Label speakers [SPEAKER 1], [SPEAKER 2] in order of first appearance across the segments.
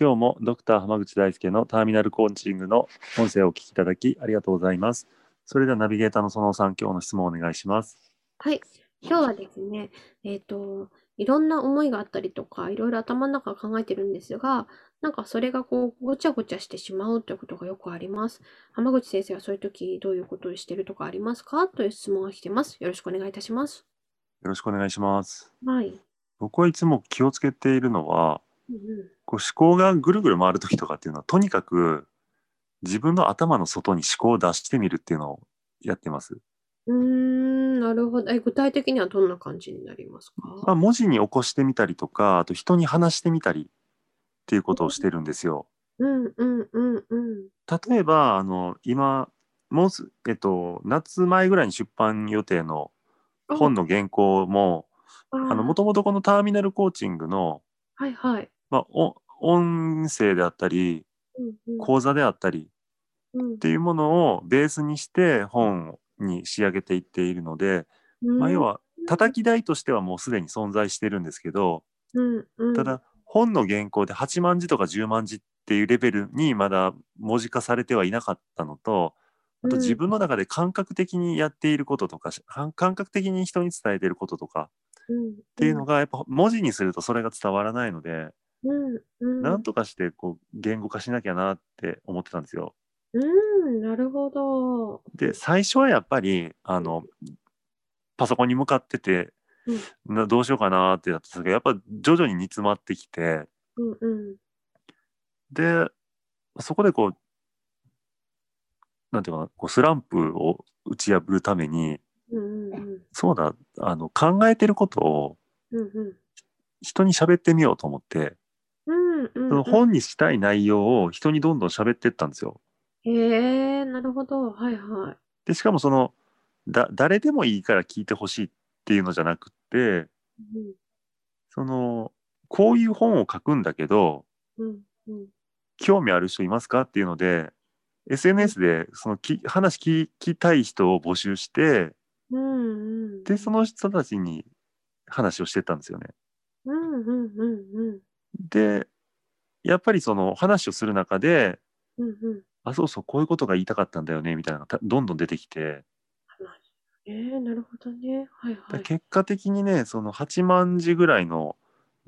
[SPEAKER 1] 今日もドクター浜口大輔のターミナルコーチングの音声をお聞きいただきありがとうございます。それではナビゲーターのそのさん、今日の質問をお願いします。
[SPEAKER 2] はい。今日はですね、えっと、いろんな思いがあったりとか、いろいろ頭の中考えてるんですが、なんかそれがこう、ごちゃごちゃしてしまうということがよくあります。浜口先生はそういう時、どういうことをしてるとかありますかという質問が来てます。よろしくお願いいたします。
[SPEAKER 1] よろしくお願いします。
[SPEAKER 2] はい。
[SPEAKER 1] 僕はいつも気をつけているのは、
[SPEAKER 2] うんうん
[SPEAKER 1] こう思考がぐるぐる回る時とかっていうのは、とにかく自分の頭の外に思考を出してみるっていうのをやってます。
[SPEAKER 2] うーん、なるほど。え、具体的にはどんな感じになります
[SPEAKER 1] まあ、
[SPEAKER 2] か
[SPEAKER 1] 文字に起こしてみたりとか、あと人に話してみたりっていうことをしてるんですよ。
[SPEAKER 2] うんうんうんうん。
[SPEAKER 1] 例えばあの今もうすえっと夏前ぐらいに出版予定の
[SPEAKER 2] あ
[SPEAKER 1] 本の原稿も
[SPEAKER 2] あー
[SPEAKER 1] あのもともとこのターミナルコーチングの、
[SPEAKER 2] はいはい。
[SPEAKER 1] まあ、お音声であったり
[SPEAKER 2] うんうん
[SPEAKER 1] 講座であったり
[SPEAKER 2] うん
[SPEAKER 1] っていうものをベースにして本に仕上げていっているので、まあ、要は叩き台としてはもうすでに存在してるんですけど
[SPEAKER 2] うんうん
[SPEAKER 1] ただ本の原稿で8万字とか10万字っていうレベルにまだ文字化されてはいなかったのとあと
[SPEAKER 2] うん
[SPEAKER 1] 自分の中で感覚的にやっていることとかし感感覚的に人に伝えていることとか
[SPEAKER 2] うん
[SPEAKER 1] っていうのがやっぱ文字にするとそれが伝わらないので
[SPEAKER 2] うんうん
[SPEAKER 1] なんとかしてこう言語化しなきゃなって思ってたんですよ。
[SPEAKER 2] うん、なるほど。
[SPEAKER 1] で最初はやっぱりあのパソコンに向かっててなどうしようかなってやってたんですけどやっぱ徐々に煮詰まってきて
[SPEAKER 2] うんうん。
[SPEAKER 1] でそこでこうなんていうかなこうスランプを打ち破るために
[SPEAKER 2] うんうん
[SPEAKER 1] そうだあの考えてることを
[SPEAKER 2] うんうん
[SPEAKER 1] 人に喋ってみようと思って、
[SPEAKER 2] うんうんうん
[SPEAKER 1] その本にしたい内容を人にどんどん喋ってったんですよ。
[SPEAKER 2] へえ、なるほど。はいは
[SPEAKER 1] でしかもそのだ誰でもいいから聞いてほしいっていうのじゃなくって
[SPEAKER 2] い。うん
[SPEAKER 1] そのこういう本を書くんだけど
[SPEAKER 2] うんうん
[SPEAKER 1] 興味ある人いますかっていうので SNS でそのき話聞きたい人を募集して
[SPEAKER 2] うんうん
[SPEAKER 1] でその人たちに話をしてたんですよね。
[SPEAKER 2] うんうんうんうん
[SPEAKER 1] でやっぱりその話をする中で
[SPEAKER 2] うんうん
[SPEAKER 1] あそうそうこういうことが言いたかったんだよねみたいなのがたどんどん出てきて
[SPEAKER 2] ええ、なるほどね。はい
[SPEAKER 1] だ
[SPEAKER 2] はい。
[SPEAKER 1] 結果的にねその8万字ぐらいの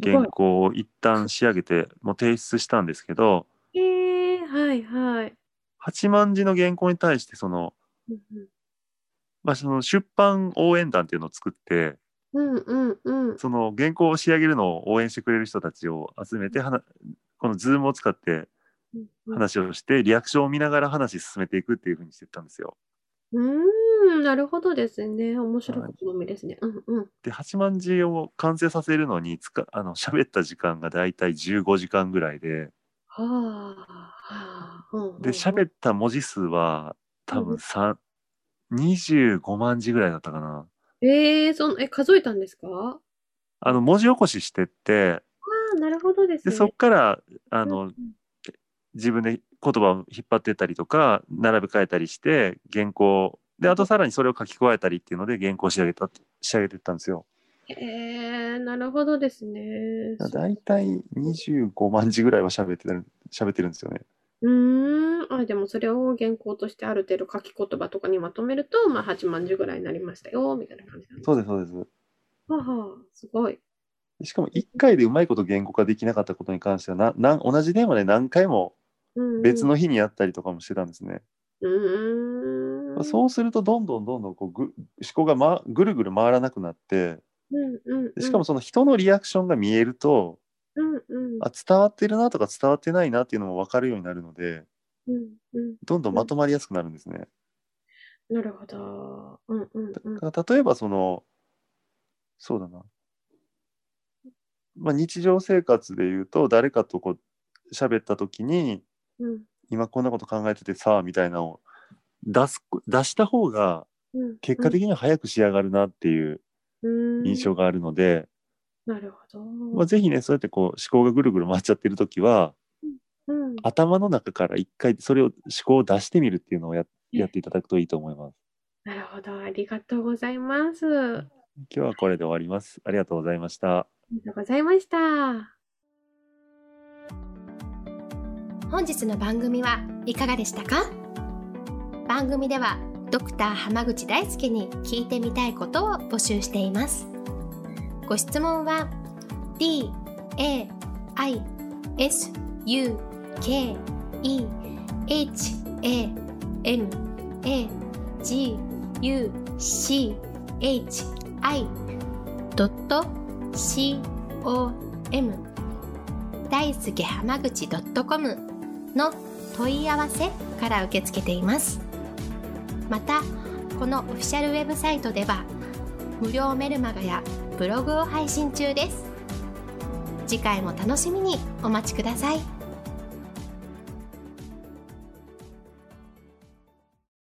[SPEAKER 1] 原稿を一旦仕上げてもう提出したんですけど
[SPEAKER 2] ええ、はいはい。
[SPEAKER 1] 8万字の原稿に対してその,、
[SPEAKER 2] うんうん
[SPEAKER 1] まあ、その出版応援団っていうのを作って
[SPEAKER 2] うんうんうん
[SPEAKER 1] その原稿を仕上げるのを応援してくれる人たちを集めてはなこの Zoom を使って
[SPEAKER 2] うんうん
[SPEAKER 1] 話をしてリアクションを見ながら話進めていくっていうふうにしてったんですよ。
[SPEAKER 2] うーん、なるほどですね。面白い試みですね。うんうん。
[SPEAKER 1] で8万字を完成させるのにつかあの喋った時間がだいたい15時間ぐらいで
[SPEAKER 2] はあ、はあ。うんうん
[SPEAKER 1] で喋った文字数は多
[SPEAKER 2] うんう
[SPEAKER 1] 分
[SPEAKER 2] ん
[SPEAKER 1] 三25万字ぐらいだったかな。
[SPEAKER 2] ええ、その、え、数えたんですかあ
[SPEAKER 1] あの文字起こししてって
[SPEAKER 2] あ、なるほどです
[SPEAKER 1] で
[SPEAKER 2] ね。
[SPEAKER 1] そっからあ
[SPEAKER 2] あ
[SPEAKER 1] の自分で言葉を引っ張ってったりとか並べ替えたりして原稿であとさらにそれを書き加えたりっていうので原稿を仕上げたって仕上げてったんですよ。
[SPEAKER 2] えー、なるほどですね。そう
[SPEAKER 1] だいたい25万字ぐらいは喋ってる喋ってるんですよね。
[SPEAKER 2] うーん。あ、でもそれを原稿としてある程度書き言葉とかにまとめると、まあ8万字ぐらいになりましたよ、みたいな感じなんです。
[SPEAKER 1] そうですそうです。
[SPEAKER 2] はあはあ、すごい。
[SPEAKER 1] しかも1回でうまいこと言語化できなかったことに関してはななん同じテーマで何回も
[SPEAKER 2] うんうん、
[SPEAKER 1] 別の日にやったりとかもしてたんですね。
[SPEAKER 2] うーん。
[SPEAKER 1] そうするとどんどんどんどんこうぐ思考が、ま、ぐるぐる回らなくなって
[SPEAKER 2] うんうんうん。
[SPEAKER 1] しかもその人のリアクションが見えると、
[SPEAKER 2] うんうん。
[SPEAKER 1] あ伝わってるなとか伝わってないなっていうのも分かるようになるので
[SPEAKER 2] うんうん。
[SPEAKER 1] どんどんまとまりやすくなるんですね。
[SPEAKER 2] なるほど。うんうんうん。
[SPEAKER 1] だから例えばそのそうだなまあ、日常生活で言うと誰かとこう喋った時に
[SPEAKER 2] うん。
[SPEAKER 1] 今こんなこと考えててさみたいなのを出す出した方が
[SPEAKER 2] うん。
[SPEAKER 1] 結果的には早く仕上がるなっていう
[SPEAKER 2] うん
[SPEAKER 1] 印象があるので、
[SPEAKER 2] なるほど。
[SPEAKER 1] まあ、ぜひねそうやってこう思考がぐるぐる回っちゃってる時は
[SPEAKER 2] うん。
[SPEAKER 1] 頭の中から一回それを思考を出してみるっていうのをややっていただくといいと思います。
[SPEAKER 2] なるほど。ありがとうございます。あ
[SPEAKER 1] 今日はこれで終わります。ありがとうございました。
[SPEAKER 2] りがとうございました。
[SPEAKER 3] 本日の番組はいかがでしたか番組ではドクター濱口大輔に聞いてみたいことを募集していますご質問は d a i s u k e h a m a g u c h i c o m 大輔濱口 .com の問い合わせから受け付けていますまたこのオフィシャルウェブサイトでは無料メルマガやブログを配信中です次回も楽しみにお待ちください